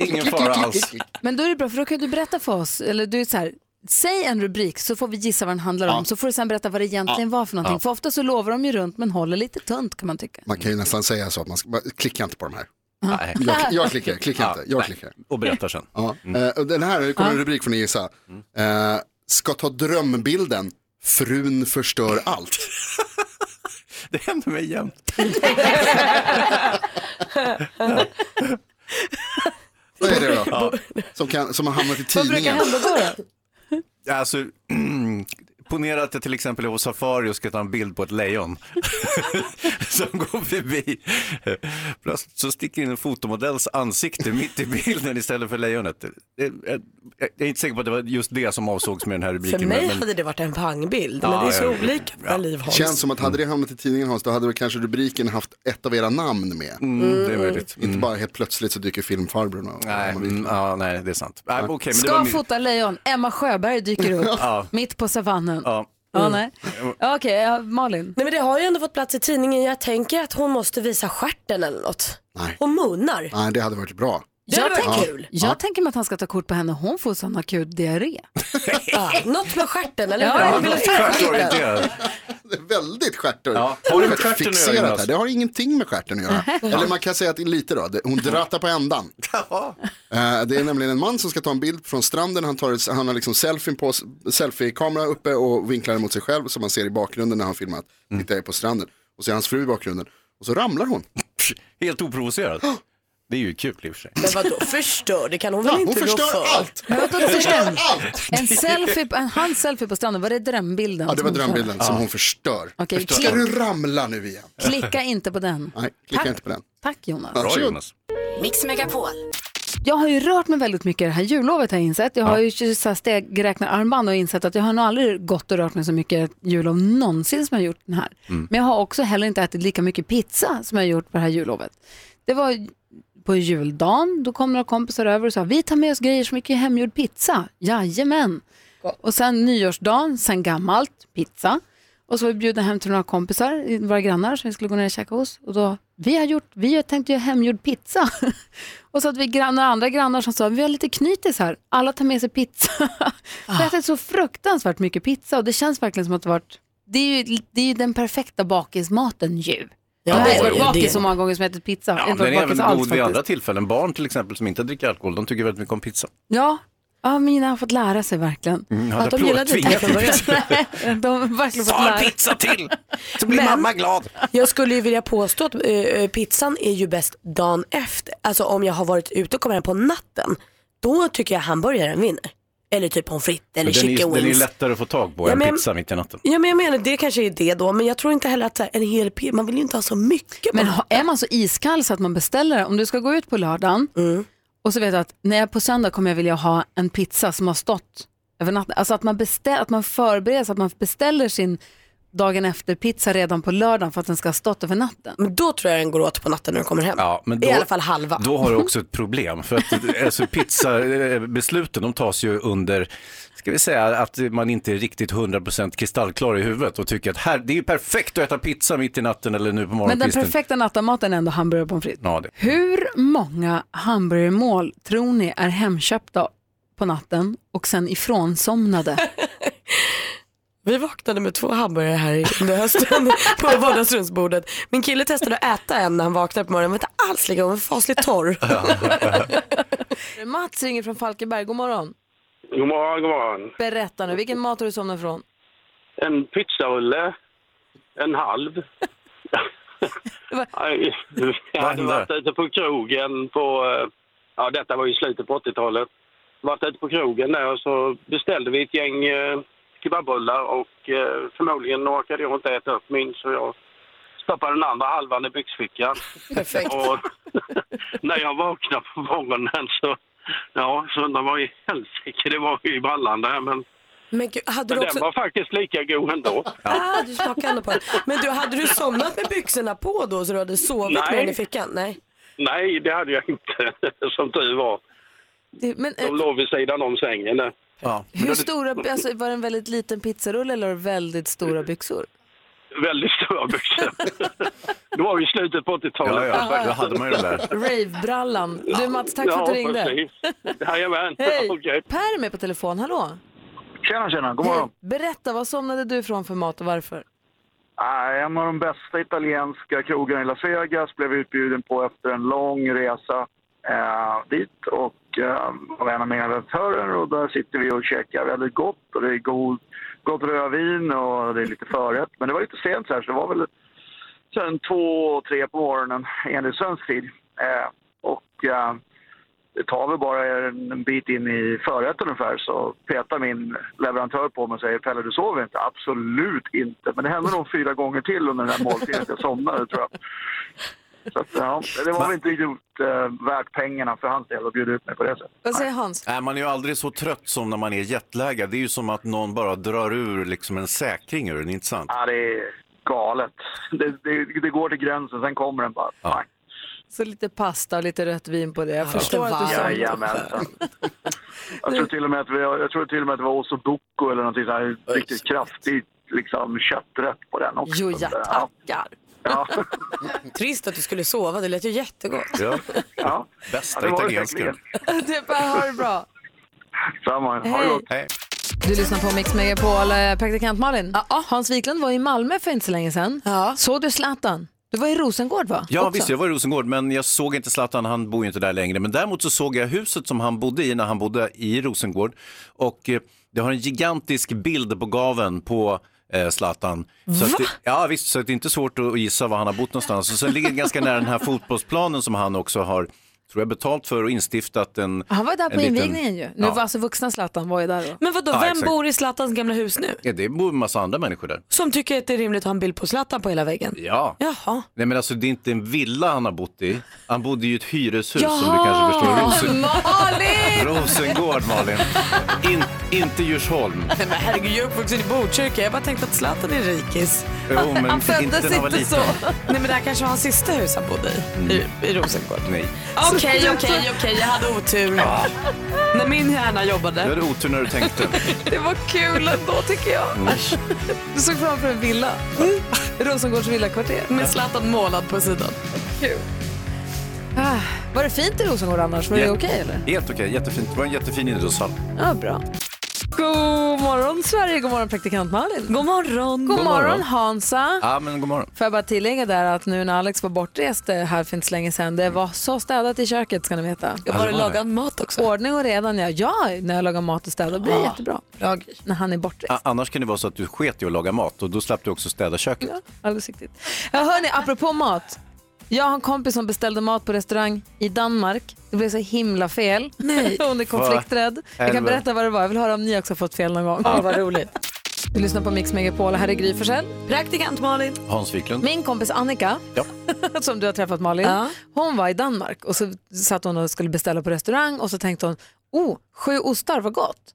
J: Ingen fara alls.
A: Men då är det bra, för då kan du berätta för oss, eller du är så här, säg en rubrik så får vi gissa vad den handlar om,
H: Ja.
A: så får du sen berätta vad det egentligen
H: Ja.
A: var för någonting.
H: Ja.
A: För ofta så lovar de ju runt men håller lite tunt kan man tycka.
H: Man kan ju nästan säga så att man, ska, man klicka inte på de här.
A: Nej.
H: Jag, jag klickar, klicka
J: Ja,
H: inte, jag
J: nej.
H: klickar.
J: Och berättar sen. Mm.
H: Ja. Eh, och den här, nu kommer en
J: Ja.
H: rubrik från Gissa.
J: Mm.
H: Eh, ska ta drömbilden, frun förstör allt.
J: det händer mig jämt.
H: Vad är det då? Som, kan, som har hamnat i tidningen.
J: Ja, Alltså, ponera att jag till exempel är på safari och ska ta en bild på ett lejon som går förbi. Plötsligt så sticker in en fotomodells ansikte mitt i bilden istället för lejonet. Det- Jag jag är inte säker på att det var just det som avsågs med den här rubriken.
C: För mig
J: men-
C: hade det varit en pangbild,
J: Ja,
C: men det är så
J: ja,
C: olika
J: ja.
C: ja. liv Hans.
H: Känns som att hade det hamnat i tidningen Hans, då hade väl kanske rubriken haft ett av era namn med.
J: Mm, det är möjligt.
H: Inte bara helt plötsligt så dyker filmfarbrorn och-
J: Nej, mm, ja, nej, det är sant. Nej, okej, men det
A: Ska
J: var min...
A: fota lejon, Emma Sjöberg dyker upp
J: Ja.
A: mitt på savannen. Ja.
J: Ja.
A: nej. Ja, Okej, ja, Malin.
C: Nej men det har ju ändå fått plats i tidningen. Jag tänker att hon måste visa stjärten eller något.
H: Nej.
C: Och munnar.
H: Nej, det hade varit bra.
A: Jag, tänker, jag
H: Ja.
A: tänker mig att han ska ta kort på henne, hon får sån akut diarré.
C: Ja, något med stjärten eller
A: Ja,
C: hur?
J: Stjärtorienterad.
H: Det är väldigt stjärtor.
J: Ja. Har det med
H: Väldigt
J: stjärten att göra,
H: fixerat
J: Jonas?
H: här. Det har ingenting med stjärten att göra. Eller man kan säga att det är lite då. Det- Hon drattar på ändan. Eh, Det är nämligen en man som ska ta en bild från stranden. Han, tar ett, han har liksom selfien på, selfie-kamera uppe och vinklar den mot sig själv som man ser i bakgrunden när han filmat.
J: Mm.
H: Tittar jag på stranden. Och så är hans fru i bakgrunden. Och så ramlar hon.
J: Helt oprovocerat. Det är ju kul i och för sig.
C: Men vadå förstör? Det kan hon väl
H: Ja, hon
C: inte rå
H: förstör
C: för?
H: allt.
A: Men vadå, det är en-
H: allt!
A: En selfie, en, hans selfie på stranden, var det drömbilden?
H: Ja, det var
A: som hon
H: drömbilden
A: sa?
H: som hon förstör.
A: Okej,
H: förstör.
A: klick.
H: Ska du ramla nu igen?
A: Klicka inte på den.
H: Nej, klicka
A: Tack.
H: inte på den.
A: Tack Jonas.
H: Varsågod.
I: Mix Megapol.
A: Jag har ju rört mig väldigt mycket i det här jullovet har jag insett. Jag har
I: Ja.
A: ju så här stegräknararmband och insett att jag har nog aldrig gått och rört mig så mycket jullov någonsin som jag har gjort den här.
I: Mm.
A: Men jag har också heller inte ätit lika mycket pizza som jag har gjort på det här jullovet. Det var på juldagen, då kom några kompisar över och sa vi tar med oss grejer som mycket hemgjord pizza. Jajamän. Och sen nyårsdagen, sen gammalt, pizza. Och så var vi bjudna hem till några kompisar, våra grannar som vi skulle gå ner och käka hos. Och då, vi har gjort, vi har tänkt göra hemgjord pizza. och så att vi grannar, andra grannar som sa, vi har lite knytis här, alla tar med sig pizza. Vi har ätit så fruktansvärt mycket pizza och det känns verkligen som att det varit, det är ju, det är ju den perfekta bakismaten ju.
J: Ja,
A: jag har inte
J: det är
A: varit
J: det.
A: bakis så många gånger som jag ätit pizza.
J: Ja,
A: Inte varit
J: den är
A: bakis
J: även
A: alls
J: god vid
A: faktiskt.
J: andra tillfällen. Barn till exempel som inte dricker alkohol, de tycker väldigt mycket om pizza.
A: Ja, ja mina har fått lära sig verkligen.
J: Mm, ja,
A: att
J: det
A: de gillade inte
J: plåtvingar
A: från början.
J: pizza.
A: Nej, de har verkligen fått
C: Sa en
A: lära sig.
J: Pizza till! Så
C: blir Men- mamma
J: glad.
C: Jag skulle ju vilja påstå att eh, pizzan är ju bäst dagen efter. Alltså om jag har varit ute och kommer hem på natten. Då tycker jag hamburgaren vinner. Eller typ pommes frites eller
J: Men den,
C: chicken
J: är, den är
C: wings.
J: lättare att få tag på
C: Ja,
J: än
C: men-
J: pizza mitt i natten.
C: Ja men jag menar det kanske är det då. Men jag tror inte heller att så här, en hel pizza, man vill ju inte ha så mycket.
A: Men ha- är man så iskall så att man beställer, om du ska gå ut på lördagen
C: Mm.
A: och så vet du att när jag på söndag kommer jag vilja ha en pizza som har stått över natten. Alltså att man, beställ, att man förbereder sig, att man beställer sin dagen efter-pizza redan på lördagen för att den ska ha stått över natten.
C: Men då tror jag den går åt på natten när du kommer hem.
J: Ja, men
C: I alla fall halva.
J: Då har du också ett problem. För att alltså, pizzabesluten de tas ju under, ska vi säga att man inte är riktigt 100% kristallklar i huvudet och tycker att här, det är ju perfekt att äta pizza mitt i natten eller nu på
A: Men den
J: morgonkvisten.
A: perfekta nattamaten är ändå hamburgare och pommes frites.
J: Ja, det.
A: Hur många hamburgermål tror ni är hemköpta på natten och sen ifrånsomnade?
C: Vi vaknade med två hamburgare här i- under hösten på vardagsrumsbordet. Min kille testade att äta en när han vaknade på morgonen. Den var inte alls lika god, den var fasligt torr.
A: Mats ringer från Falkenberg, god morgon.
O: God morgon, god morgon.
A: Berätta nu, vilken mat har du somnat från?
O: en pizzarulle, en halv. Nej, Jag hade varit ute på krogen på, eh, ja detta var ju slutet på 80-talet. Varit ute på krogen där och så beställde vi ett gäng eh, kebabrullar och eh, förmodligen orkade jag inte äta upp min så jag stoppade den andra halvan i byxfickan.
C: Perfekt.
O: Och när jag vaknade på morgonen så, ja så undrar vad i helsike det var i brallan där men
C: Men gud, hade
O: men
C: du
O: den
C: också...
O: var faktiskt lika god ändå.
C: Ah, du smakade ändå på den. Men du, hade du somnat med byxorna på då så du hade sovit med
O: Nej.
C: den i fickan? Nej.
O: Nej, det hade jag inte, som tur var.
A: Det, men, eh,
O: De låg vid sidan om sängen. där.
A: hur stora, alltså, var det en väldigt liten pizzarulle eller väldigt stora byxor?
O: Väldigt stora byxor. det var ju i slutet på 80-talet.
J: Ja, ja, då hade man ju det där.
A: Rave-brallan. Du Mats, tack för att du ringde.
O: precis. Jajamän.
A: Hej!
O: Okej.
A: Per är med på telefon, hallå?
P: Tjena, tjena. God morgon.
A: Berätta, vad somnade du från för mat och varför?
P: Ah, en av de bästa italienska krogarna i Las Vegas blev utbjuden på efter en lång resa eh, dit och eh, av en av mina redaktörer och där sitter vi och käkar väldigt gott och det är god, gott rödvin och det är lite förrätt. Men det var lite sent så här så det var väl sen två, tre på morgonen enligt svensk tid. Eh, och eh, det tar väl bara en bit in i förrätten ungefär så petar min leverantör på mig och säger Pelle du sover inte? Absolut inte. Men det hände nog fyra gånger till under den här måltiden att jag somnade tror jag. Så att, ja, det var väl inte gjort eh, värt pengarna för hans del att bjuda ut mig på det sättet.
A: Vad säger Hans?
J: Nej, man är ju aldrig så trött som när man är jetlaggad. Det är ju som att någon bara drar ur liksom en säkring ur den, inte sant?
P: Ja, det är galet. Det, det, det går till gränsen, sen kommer den bara. Ja.
A: Så lite pasta och lite rött vin på det. Jag förstår att du somnade.
P: Jajamensan. Jag tror till och med att, vi, jag tror till och med att det var ossobuco eller någonting så här riktigt kraftigt liksom, kötträtt på den också.
C: Jo, ja,
P: ja.
A: tackar.
P: Ja.
C: Trist att du skulle sova, det lät ju jättegott.
P: Ja. ja.
J: Bästa
P: det var det
J: italienska.
P: säkerligen.
A: Du Per, ha det bra.
P: Samma. Ha det
A: Hej.
P: gott.
A: Du lyssnar på Mix Megapol, eh, praktikant Malin. Hans Wiklund var i Malmö för inte så länge sedan. Såg du Zlatan? Du var i Rosengård va?
J: Ja,
A: Också.
J: visst, jag var i Rosengård, men jag såg inte Zlatan, han bor ju inte där längre. Men däremot så såg jag huset som han bodde i när han bodde i Rosengård. Och eh, det har en gigantisk bild på gaven på eh, Zlatan. Så att det, ja, visst, så att det är inte svårt att gissa var han har bott någonstans. Och sen ligger det ganska nära den här fotbollsplanen som han också har, tror jag, betalt för och instiftat en
A: Han var där
J: en
A: på
J: liten-
A: invigningen ju. Nu
J: Ja.
A: var alltså vuxna Zlatan var ju där då.
C: Men vadå,
J: Ja,
C: vem
J: exakt.
C: bor i Zlatans gamla hus nu?
J: Ja, det bor en massa andra människor där.
C: Som tycker att det är rimligt att ha en bild på Zlatan på hela väggen?
J: Ja.
C: Jaha.
J: Nej men alltså det är inte en villa han har bott i. Han bodde i ett hyreshus som du
C: Jaha!
J: kanske förstår. Rosen...
C: Malin!
J: Rosengård Malin. In, inte Djursholm.
C: Nej men herregud, jag är uppvuxen i Botkyrka. Jag bara tänkte att Zlatan är rikis.
J: Jo, men Han inte föddes när han var inte liten. så.
C: Nej men det här kanske var hans sista hus han bodde i. I, i Rosengård.
J: Mm. Nej.
C: Okej, okej, okej. Jag hade otur. När min hjärna
J: Du
C: jobbade.
J: hade otur när du tänkte.
A: Det var kul ändå tycker jag.
J: Mm.
A: Du såg framför en villa. Rosengårds villakvarter.
C: Med Zlatan målad på sidan.
A: Kul. Ah, var det fint i Rosengård annars? Var det
J: Ja.
A: okej eller?
J: Helt okej, jättefint. Det var en jättefin idrottshall.
A: Ja, bra. God morgon Sverige, god morgon praktikant Malin. God morgon. God
J: God morgon.
A: morgon Hansa.
J: Ja men god morgon.
A: Får jag bara tillägga där att nu när Alex var bortrest eh, här för inte så länge sedan, det var så städat i köket ska ni veta.
C: Jag bara lagade mat också.
A: Ordning och redan ja. Ja, när jag lagar mat och städar blir det
C: Ah,
A: jättebra. När han är bortrest.
J: A- annars kan det vara så att du sket i att laga mat och då slapp du också städa köket.
A: Alldeles riktigt. Ja, hörni, apropå mat. Jag har en kompis som beställde mat på restaurang i Danmark. Det blev så himla fel. Nej. Hon är konflikträdd. Jag kan
C: Helvete.
A: berätta vad det var. Jag vill höra om ni också har fått fel någon gång.
C: Ja, vad roligt.
A: Du lyssnar på Mix Megapol och här är Gry Forssell.
C: Praktikant Malin.
J: Hans Wiklund.
A: Min kompis Annika, som du har träffat Malin, hon var i Danmark och så satt hon och skulle beställa på restaurang och så tänkte hon, oh, sju ostar, vad gott.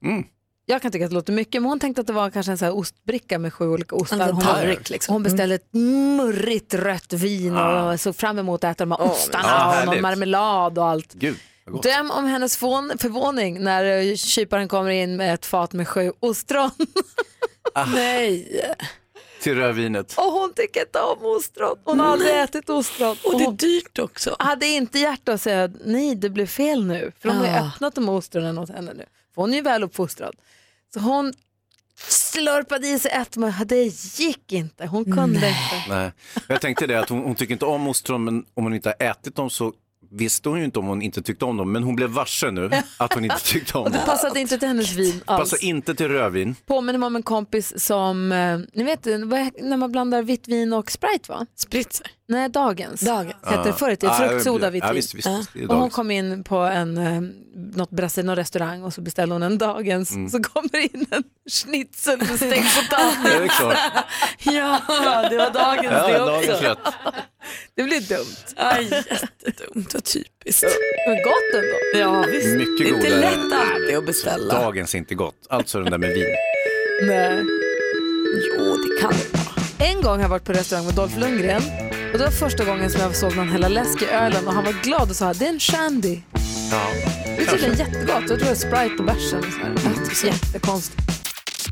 A: Jag kan tycka att det låter mycket, men hon tänkte att det var kanske en sån här ostbricka med sju olika
C: En
A: ostar.
C: liten
A: Hon,
C: tallrik, liksom.
A: hon beställde ett murrigt rött vin
C: Ah.
A: och såg fram emot att äta de här
C: Åh,
A: ostarna
C: men- Ah,
A: och någon
C: härligt.
A: marmelad och allt.
J: Gud, vad gott.
A: Döm om hennes fån- förvåning när eh, kyparen kommer in med ett fat med sju ostron.
J: Ah.
A: Nej.
J: Till rödvinet.
A: Och hon tycker inte om ostron. Hon har aldrig ätit ostron. Och det är dyrt också. Hade inte hjärta att säga nej det blev fel nu. För de har ju
C: Ah.
A: öppnat de här ostronen åt henne nu. För hon är ju väl uppfostrad. Så hon slurpade i sig ett men det gick inte. Hon kunde inte.
J: Nej. Jag tänkte det att hon, hon tycker inte om ostron men om hon inte har ätit dem så visste hon ju inte om hon inte tyckte om dem, men hon blev varse nu att hon inte tyckte om
A: Och det
J: dem.
A: passade inte till hennes vin alls.
J: Passar inte till rödvin.
A: Påminner mig om en kompis som, eh, ni vet eh, vad he- när man blandar vitt vin och Sprite va?
C: Spritzer?
A: Nej, Dagens. Dagens.
J: Ja.
A: Hette det förut, det är
J: Ja,
A: fruktsoda
J: ja,
A: vitt vin. Ah.
J: visst, visst, det är
A: Och hon
J: Dagens.
A: kom in på en, eh, något brasil, någon restaurang och så beställde hon en Dagens.
J: Mm.
A: Så kommer in en schnitzel med stekt potatis.
J: Ja, det är klart.
A: ja, det var Dagens
J: Ja,
A: det också.
J: dagens rätt.
A: Det blir dumt.
C: Aj, jättedumt och typiskt.
A: Men gott ändå.
C: Ja,
J: visst. Mycket
C: det är inte
J: godare.
C: lätt alltid att beställa.
J: Dagens är inte gott, alltså den där med vin.
A: Nej.
C: Jo, det kan det
A: En gång har jag varit på restaurang med Dolph Lundgren och det var första gången som jag såg någon hälla läsk i ölen och han var glad och sa det är en shandy.
J: Ja.
A: Det är tydligen jättegott. Jag tror det är Sprite på bärsen. och så
C: Mm.
A: här. Jättekonstigt.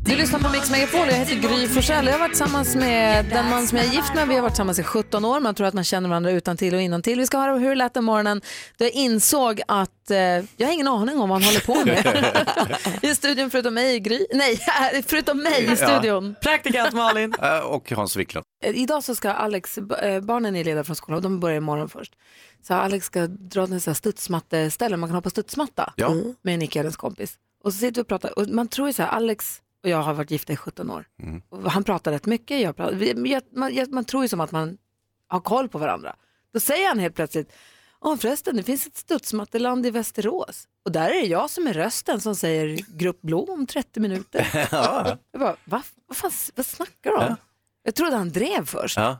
A: Du lyssnar på Mix Megapol och jag heter Gry Forssell. Jag har varit tillsammans med den man som jag är gift med. Vi har varit tillsammans i 17 år. Man tror att man känner varandra utan till och innan till. Vi ska höra hur det lät den morgonen då jag insåg att eh, jag har ingen aning om vad han håller på med. I studion förutom mig, Gry. Nej, förutom mig i studion.
C: Praktikant Malin.
J: Eh, Och Hans Wiklund.
A: Eh, Idag så ska Alex, b- eh, barnen är lediga från skolan och de börjar imorgon först. Så Alex ska dra till en sån här studsmatteställe, man kan hoppa studsmatta
J: Ja.
A: med Nicky och hennes kompis. Och så sitter vi och pratar och man tror ju så här, Alex och jag har varit gifta i 17 år.
J: Mm.
A: Och han pratar rätt mycket, jag pratar, vi- men jag, man, jag, man tror ju som att man har koll på varandra. Då säger han helt plötsligt, Åh, förresten det finns ett studsmatteland i Västerås och där är det jag som är rösten som säger grupp blå om 30 minuter.
J: Ja.
A: Jag bara, Va? vad, fan, vad snackar du om? Jag trodde han drev först.
J: Ja.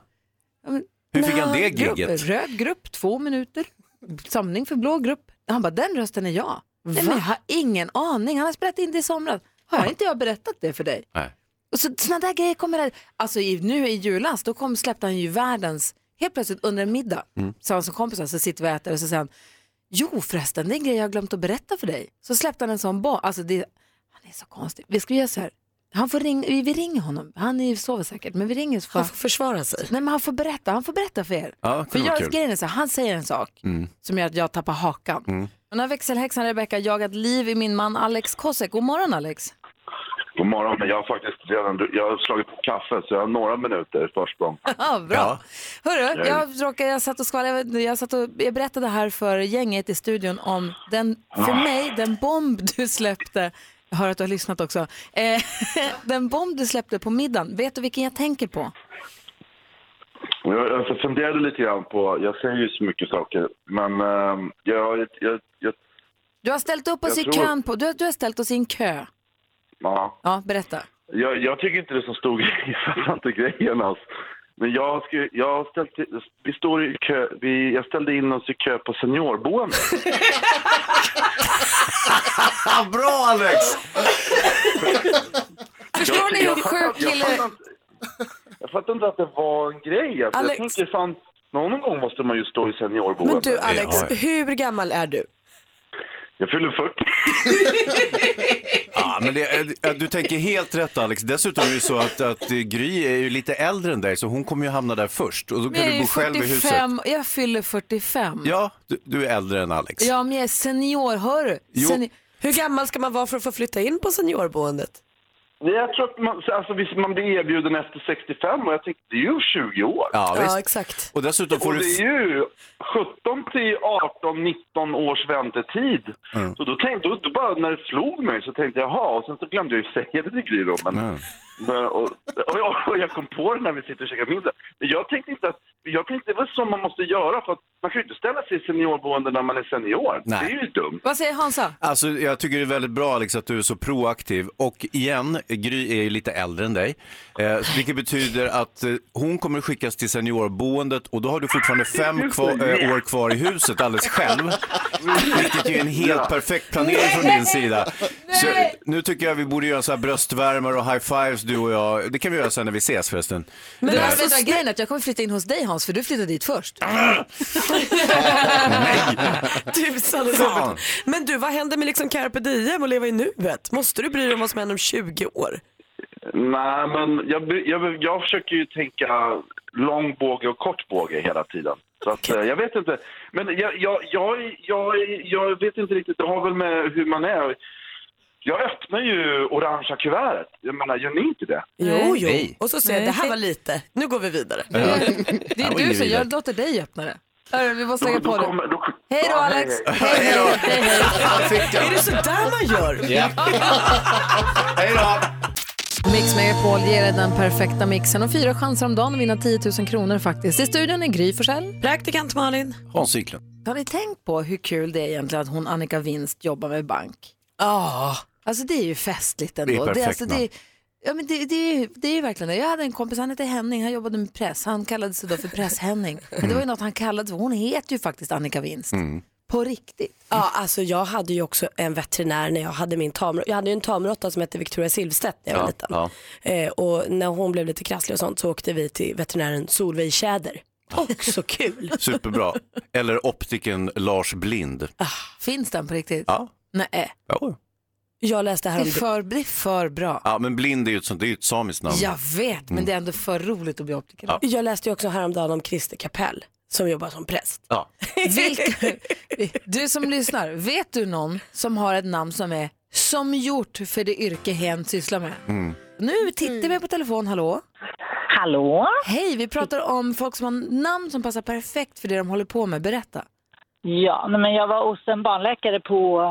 A: Ja, men-
J: Hur fick han det
A: Nej, grupp,
J: gigget?
A: Röd grupp, två minuter. Samling för blå grupp. Han bara, den rösten är jag. Nej, men jag har ingen aning. Han har spelat in det i somras. Har inte jag berättat det för dig?
J: Nej.
A: Och så, såna där grejer kommer där. Alltså i, nu i julas, då kom, släppte han ju världens, helt plötsligt under en middag,
J: Mm.
A: sa han som kompisar, så sitter vi och äter och så säger han, jo förresten, det är en grej jag har glömt att berätta för dig. Så släppte han en sån bomb. Alltså det, han är så konstig. Vi ska göra så här, han får ring, vi vi ringer honom, han är ju sover säkert, men vi ringer. Så
C: Han får försvara sig.
A: Nej men han får berätta, han får berätta för er.
J: Ja, det
A: för
J: kan vara
A: jag,
J: kul.
A: grejen är så här, han säger en sak
J: Mm.
A: som gör att jag tappar hakan.
J: Mm.
A: Och när växelhäxan Rebecca jagat liv i min man Alex Kosek, god morgon Alex.
Q: God morgon, men jag har faktiskt redan jag har slagit på kaffe så jag har några minuter försprång.
A: Ja, bra. Hörru, jag, råkade, jag satt och skvallrade, jag, vet- jag, satt och, jag berättade här för gänget i studion om den, för
J: Ah.
A: mig, den bomb du släppte, jag hör att du har lyssnat också, eh, den bomb du släppte på middagen, vet du vilken jag tänker på?
Q: Och Jag, jag funderade lite grann på, jag säger ju så mycket saker, men ehm, jag, jag, jag,
A: Du har ställt upp oss
Q: Jag
A: i
Q: tror-
A: kön på, du, du har ställt oss i en kö.
Q: ja.
A: Ja, berätta.
Q: jag, jag tycker inte det är så stor grej, jag fattar inte grejen alltså. Men jag, skulle, jag, ställde, vi står i kö, vi, jag ställde in oss i kö på seniorboende.
J: Bra Alex!
Q: Jag-
A: Förstår ni
Q: jag
A: hur
Q: fattar-
A: sjuk
Q: jag
A: kille...
Q: fattar inte- Jag fattar inte att det var en grej. Alltså,
C: Alex.
Q: Jag tänkte fan, någon gång måste man ju stå i seniorboende.
C: Men du Alex,
Q: Ja, ja.
C: hur gammal är du?
Q: Jag fyller 40.
J: Ja, men det, eh, du tänker helt rätt Alex. Dessutom är det ju så att, att eh, Gry är ju lite äldre än dig så hon kommer ju hamna där först och då
A: Men
J: kan
A: jag,
J: du
A: är
J: bo själv i huset.
A: 45, jag fyller 45.
J: Ja, du, du är äldre än Alex.
A: Ja, men jag är senior, hör du?
J: Jo.
A: Seni-
C: Hur gammal ska man vara för att få flytta in på seniorboendet?
Q: Nej, Jag tror att man, alltså, visst, man blir erbjuden efter 65 och jag tänkte det är ju 20 år.
J: Ja,
C: Ja, exakt.
J: Och dessutom får
Q: och
J: du-
Q: det är ju 17 till 18, 19 års väntetid.
J: Mm.
Q: Så då tänkte då, då bara när det slog mig så tänkte jag, jaha, och sen så glömde jag ju säga det till Gry då. Men,
J: Mm.
Q: men- och, och, jag- och jag kom på det när vi sitter och käkar middag. Men Jag tänkte inte att, jag tänkte det var så man måste göra för att man kan ju inte ställa sig i seniorboende när man är senior.
J: Nej.
Q: Det är ju dumt.
A: Vad säger Hansa?
J: Alltså, jag tycker det är väldigt bra Alex att du är så proaktiv. Och igen, Gry är ju lite äldre än dig. Eh, vilket betyder att eh, hon kommer skickas till seniorboendet och då har du fortfarande fem kvar, eh, år kvar i huset alldeles själv. Vilket ju är en helt perfekt planering från din sida. Så, nu tycker jag vi borde göra så här bröstvärmar och high-fives du och jag. Det kan vi göra sen när vi ses förresten.
A: Men
J: Eh,
A: alltså, vet du vad grejen är? Att Jag kommer flytta in hos dig Hans, för du flyttade dit först.
J: Ah.
C: Tusan och
J: Fan.
C: Robert. Men du, vad händer med liksom carpe diem och leva i nuet? Måste du bry dig om vad som händer om 20 år?
Q: Nej, men jag, jag, jag försöker ju tänka lång båge och kort båge hela tiden. Så att, eh, jag vet inte. Men jag, jag, jag, jag, jag vet inte riktigt, det har väl med hur man är. Jag öppnar ju orangea kuvertet. Jag menar, gör ni inte det?
C: Jo, jo. Och så säger jag,
A: Nej.
C: det här var lite, nu går vi vidare.
A: Det är
Q: Ja,
A: du
Q: ingen
A: som
Q: vidare.
A: jag låter dig öppna det. Hörru, vi måste lägga på det.
Q: kommer- då-
A: Hej då, Alex.
Q: Ja,
A: Hej, hej, hej, hej.
Q: Är det så
R: där man gör?
Q: Ja.
F: Hej då!
A: Mix Megapol ger dig den perfekta mixen och fyra chanser om dagen att vinna 10 000 kronor faktiskt. I studion är Gry Forssell.
S: Praktikant Malin.
J: Hans Wiklund.
A: Har ni tänkt på hur kul det är egentligen att hon Annika Winst jobbar med bank?
S: Ja.
A: Alltså det är ju festligt ändå.
S: Det är perfekt
A: alltså, det, är-
S: namn.
A: ja, men det, det, är ju, det är ju verkligen det. Jag hade en kompis, han hette Henning, han jobbade med press. Han kallade sig då för Press-Henning. Men det var ju något han kallade sig för. Hon heter ju faktiskt Annika Winst. På riktigt?
R: Ja, alltså jag hade ju också en veterinär när jag hade min tamråtta. Jag hade ju en tamråtta som hette Victoria Silvstedt när jag var liten.
J: ja.
R: Eh, och när hon blev lite krasslig och sånt så åkte vi till veterinären Solveig Tjäder. Också kul.
J: Superbra. Eller optiken Lars Blind.
A: Finns den på riktigt?
J: Ja.
A: Nej.
J: Ja.
R: Jag läste
A: Det är för, det är för bra.
J: ja, men Blind är ju ett, sånt, det är ju ett samiskt namn.
A: Jag vet, men
J: Mm.
A: det är ändå för roligt att bli optiker.
J: Ja.
R: Jag läste ju också häromdagen om Christer Kapell som jobbar som präst.
J: Ja.
A: Vilka, du som lyssnar, vet du någon som har ett namn som är som gjort för det yrke hen sysslar med?
J: Mm.
A: Nu tittar
R: Mm.
A: vi på telefon, hallå?
T: Hallå?
A: Hej, vi pratar om folk som har namn som passar perfekt för det de håller på med. Berätta.
T: Ja, nej, men jag var hos en barnläkare på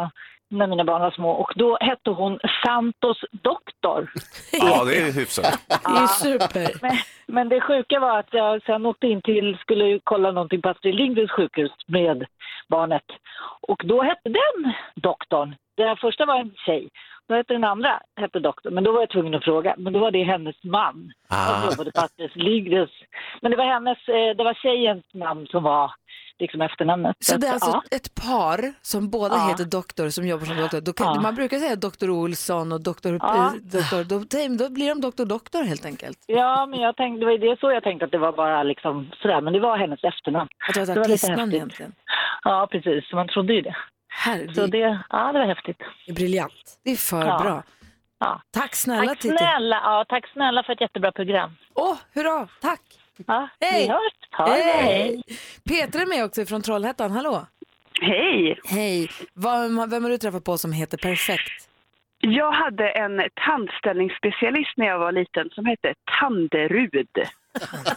T: när mina barn var små och då hette hon Santos doktor.
J: Ja, det är hyfsat.
T: Det är super. Men, men det sjuka var att jag sen åkte in till, skulle ju kolla någonting på Astrid Lindgrens sjukhus med barnet. Och då hette den doktorn. Den första var en tjej. Då hette den andra hette doktorn. Men då var jag tvungen att fråga. Men då var det hennes man
U: Ah.
T: som jobbade på Astrid Lindgrens. Men det var hennes, eh, det var tjejens namn som var liksom efternamnet.
A: Så det är
T: att,
A: alltså
T: ja.
A: ett par som båda
T: Ja.
A: heter doktor som jobbar som doktor. Då kan,
T: Ja.
A: Man brukar säga doktor Olsson och doktor...
T: Ja.
A: eh, doktor då, då blir de doktor doktor helt enkelt.
T: Ja, men jag tänkte, det var ju det så jag tänkte att det var bara liksom sådär, men det var hennes efternamn.
A: Att det var ett
T: lite
A: artistnamn
T: häftigt.
A: egentligen.
T: Ja, precis. Så man trodde ju det. Så det, ja, det var häftigt.
R: Det är briljant.
A: Det är för
T: Ja.
A: bra.
T: Ja.
A: Tack snälla
T: tack
A: Titti.
T: snälla, ja, tack snälla för ett jättebra program.
A: Åh, hurra! Tack!
T: Ja,
A: Hej!
T: Vi hörs. Ha det. Hej.
A: Petra är med också från Trollhättan, hallå!
I: Hej!
A: Hej! Vem, vem har du träffat på som heter Perfekt?
I: Jag hade en tandställningsspecialist när jag var liten som hette Tanderud.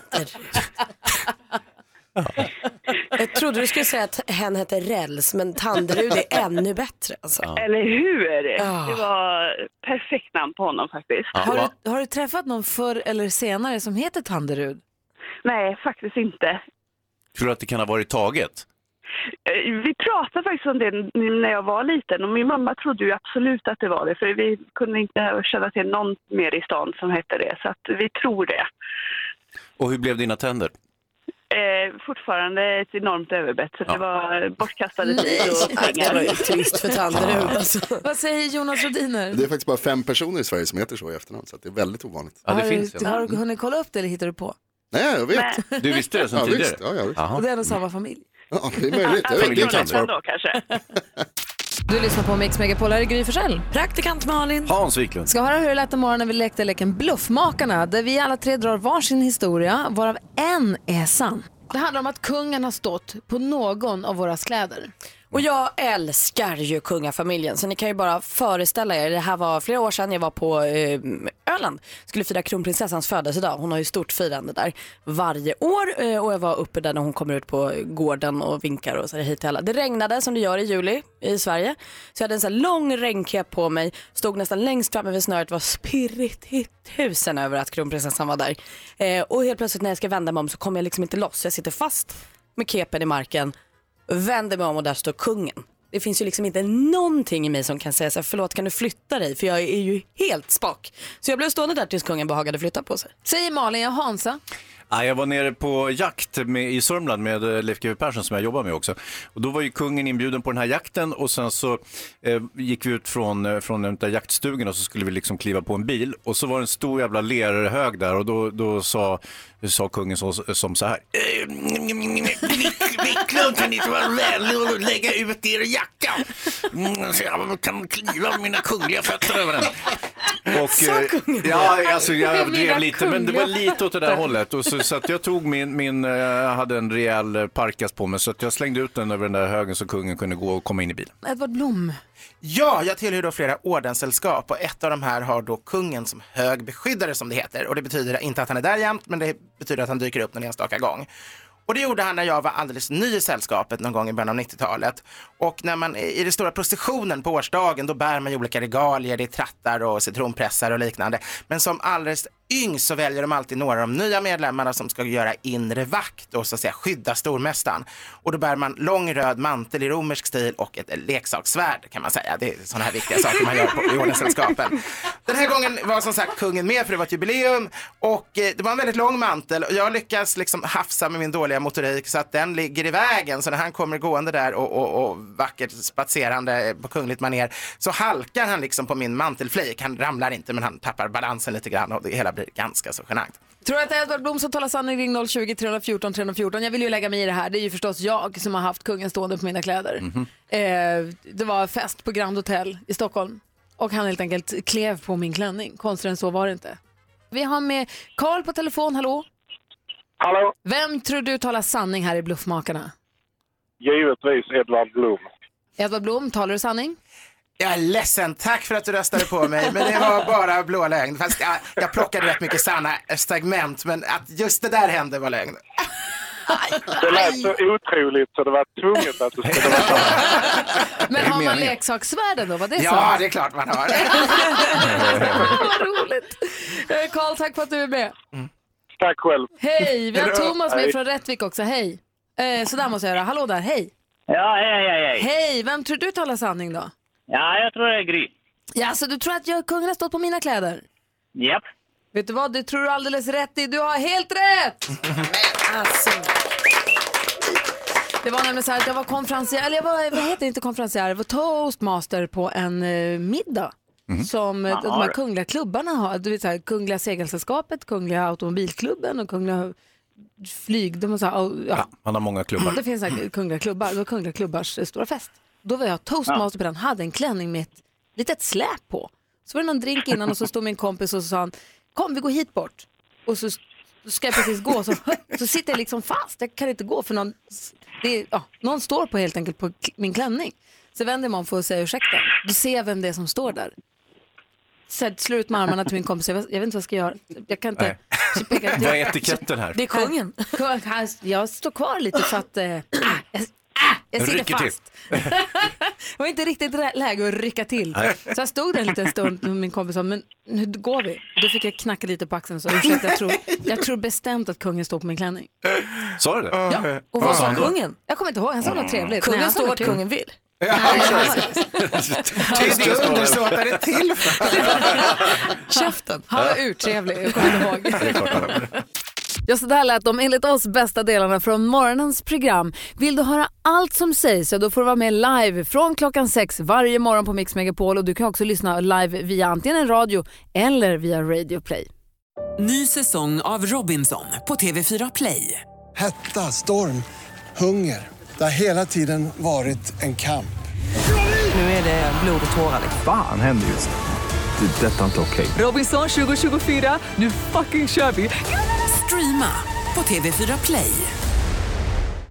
R: Jag trodde du skulle säga att hen hette Räls, men Tanderud är ännu bättre. Alltså.
I: Eller hur?
R: Ja.
I: Det var perfekt namn på honom faktiskt.
A: Ah. Har, du, har du träffat någon förr eller senare som heter Tanderud?
I: Nej, faktiskt inte.
J: Tror du att det kan ha varit taget?
I: Eh, Vi pratade faktiskt om det n- när jag var liten och min mamma trodde ju absolut att det var det för vi kunde inte känna till någon mer i stan som hette det så att vi tror det.
J: Och hur blev dina tänder?
I: Eh, fortfarande ett enormt överbett så det var bortkastade tid och
R: Nej,
T: det var ju
I: pengar.
R: trist för Tanderud, alltså.
A: Vad säger Jonas Rodiner?
H: Det är faktiskt bara fem personer i Sverige som heter så i efternamn, så att det är väldigt ovanligt.
A: har, du, har du hunnit kolla upp det eller hittar du på?
H: Nej, jag vet.
J: Du visste det sen
H: ja,
J: tidigare?
H: Visst. Ja, ja, visst.
A: Och det är ändå samma familj.
H: Ja, det är möjligt. Jag, det kan jag svara på.
I: kanske.
A: Du lyssnar på Mix Megapol, här är Gry Forssell.
S: Praktikant Malin.
J: Hans Wiklund.
A: Ska höra hur det lät imorgon när vi lekte leken Bluffmakarna där vi alla tre drar varsin historia varav en är sann. Det handlar om att kungen har stått på någon av våra kläder.
C: Och jag älskar ju kungafamiljen så ni kan ju bara föreställa er, det här var flera år sedan jag var på eh, Öland, skulle fira kronprinsessans födelsedag, hon har ju stort firande där varje år eh, och jag var uppe där när hon kommer ut på gården och vinkar och så här hit till alla. Det regnade som det gör i juli i Sverige så jag hade en så här lång regnkepp på mig, stod nästan längst framme vid snöret, var spirrigt i tusen över att kronprinsessan var där. Eh, och helt plötsligt när jag ska vända mig om så kommer jag liksom inte loss, jag sitter fast med kepen i marken vänder mig om och där står kungen. Det finns ju liksom inte någonting i mig som kan säga så här, förlåt kan du flytta dig för jag är ju helt spak. Så jag blev stående där tills kungen behagade flytta på sig.
A: Säger Malin, jag Hansa.
J: Ja, jag var nere på jakt med, i Sörmland med eh, Leif GW Persson som jag jobbar med också. Och då var ju kungen inbjuden på den här jakten och sen så eh, gick vi ut från, eh, från den där jaktstugan och så skulle vi liksom kliva på en bil och så var det en stor jävla lerhög där och då, då sa, sa kungen så, som så här. Wiklund, kan ni inte vara vänlig och lägga ut er jacka? Mm, så jag kan kliva mina kungliga fötter över den. Och, eh, ja, alltså jag
F: Mina
J: drev lite, men det var
F: kungliga
J: lite åt det där
F: fötter.
J: hållet. Och så, så att jag tog min, min eh, jag hade en rejäl eh, parkas på mig, så att jag slängde ut den över den där högen så kungen kunde gå och komma in i bilen.
A: Edvard Blom.
V: Ja, jag tillhör då flera ordenssällskap och ett av de här har då kungen som hög beskyddare som det heter. Och det betyder inte att han är där jämt, men det betyder att han dyker upp någon enstaka gång. Och det gjorde han när jag var alldeles ny i sällskapet någon gång i början av 90-talet. Och när man i den stora processionen på årsdagen då bär man ju olika regalier, det är trattar och citronpressar och liknande. Men som alldeles yngst så väljer de alltid några av de nya medlemmarna som ska göra inre vakt och så att säga skydda stormästaren. Och då bär man lång röd mantel i romersk stil och ett leksakssvärd kan man säga. Det är sådana här viktiga saker man gör på, i ordenssällskapen. Den här gången var som sagt kungen med för det var ett jubileum och eh, det var en väldigt lång mantel och jag lyckas liksom hafsa med min dåliga motorik så att den ligger i vägen så när han kommer gående där och, och, och vackert spatserande eh, på kungligt maner så halkar han liksom på min mantelflik. Han ramlar inte men han tappar balansen lite grann och det hela blir ganska så genant.
A: Tror du att det är Edvard Blom som talar sanning ring 020 314 314. Jag vill ju lägga mig i det här. Det är ju förstås jag som har haft kungen stående på mina kläder.
C: Mm.
W: Mhm.
A: Eh, det var fest på Grand Hotel i Stockholm och han helt enkelt klev på min klänning. Konstigare än så var det inte. Vi har med Karl på telefon, hallå?
U: Hallå?
A: Vem tror du talar sanning här i Bluffmakarna?
U: Givetvis Edvard Blom.
A: Edvard Blom, talar du sanning?
V: Jag är ledsen, tack för att du röstade på mig, men det var bara blå lögn. Fast jag, jag plockade rätt mycket sanna segment, men att just det där hände var lögn.
U: Det lät så otroligt så det var tvunget att det skulle vara sant.
A: Men har man
U: meningen.
A: leksaksvärden då? Var det
V: Ja,
A: sant?
V: det är klart man har.
A: Vad roligt! Eh, Karl, tack för att du är med.
U: Tack själv.
A: Hej, vi har
U: Hej då.
A: Thomas med
U: Hej.
A: från Rättvik också. Hej. Eh, så där måste jag göra. Hallå där, hej.
X: Ja, hej, hej, hej.
A: Hej, vem tror du talar sanning då?
X: Ja, jag tror det är Gry.
A: Ja, så du tror att jag kungen har stått på mina kläder?
X: Japp.
A: Vet du vad, det tror du alldeles rätt i. Du har helt rätt! Men alltså. Det var nämligen så här att jag var konferencier, eller jag var, vad heter det, inte konferencier, jag var toastmaster på en eh, middag. Som eh, de
U: Jaha,
A: här
U: du.
A: kungliga klubbarna har, du vet så här, Kungliga Segelsällskapet, Kungliga Automobilklubben och Kungliga Flyg, de har så här, ja,
J: Han har många klubbar.
A: det finns så här kungliga klubbar, det var kungliga klubbars eh, stora fest. Då var jag toastmaster på den, hade en klänning med ett litet släp på. Så var det någon drink innan och så stod min kompis och så sa han, kom vi går hit bort. Och så s- ska jag precis gå så, så sitter jag liksom fast, jag kan inte gå för någon, det är, ja, någon står på helt enkelt på k- min klänning. Så vänder man för att säga ursäkta, då ser jag vem det är som står där. Så jag slår ut med armarna till min kompis, jag vet jag vet inte vad jag ska göra, jag kan inte. Så pekar jag-
J: Vad är etiketten här?
A: Det är kungen. Han, jag står kvar lite för att eh, ah, jag, ah, jag sitter
J: Rycker till.
A: fast. Det var inte riktigt rä- läge att rycka till.
J: Nej.
A: Så jag stod där en liten stund med min kompis och sa, men nu går vi. Då fick jag knacka lite på axeln och sa, ursäkta, jag tror, jag tror bestämt att kungen står på min klänning.
J: Sa du det?
A: Ja.
C: Och vad sa kungen?
A: Jag kommer inte ihåg, han sa något trevligt.
C: Kungen
A: Nej, han sa
C: står
A: något
C: vart
A: kul.
C: kungen vill.
V: Tyst jag undersåtar det till för.
A: Käften. Han var urtrevlig, jag kommer inte ihåg. Ja, så där lät de enligt oss bästa delarna från morgonens program. Vill du höra allt som sägs så då får du vara med live från klockan sex varje morgon på Mix Megapol och du kan också lyssna live via antingen en radio eller via Radio Play.
D: Ny säsong av Robinson på TV4 Play.
Y: Hetta, storm, hunger. Det har hela tiden varit en kamp.
D: Nu är det blod och tårar. liksom.
W: Fan händer just nu. Det. är Detta är inte okej.
D: Robinson 2024, nu fucking kör vi! Streama på TV4 Play.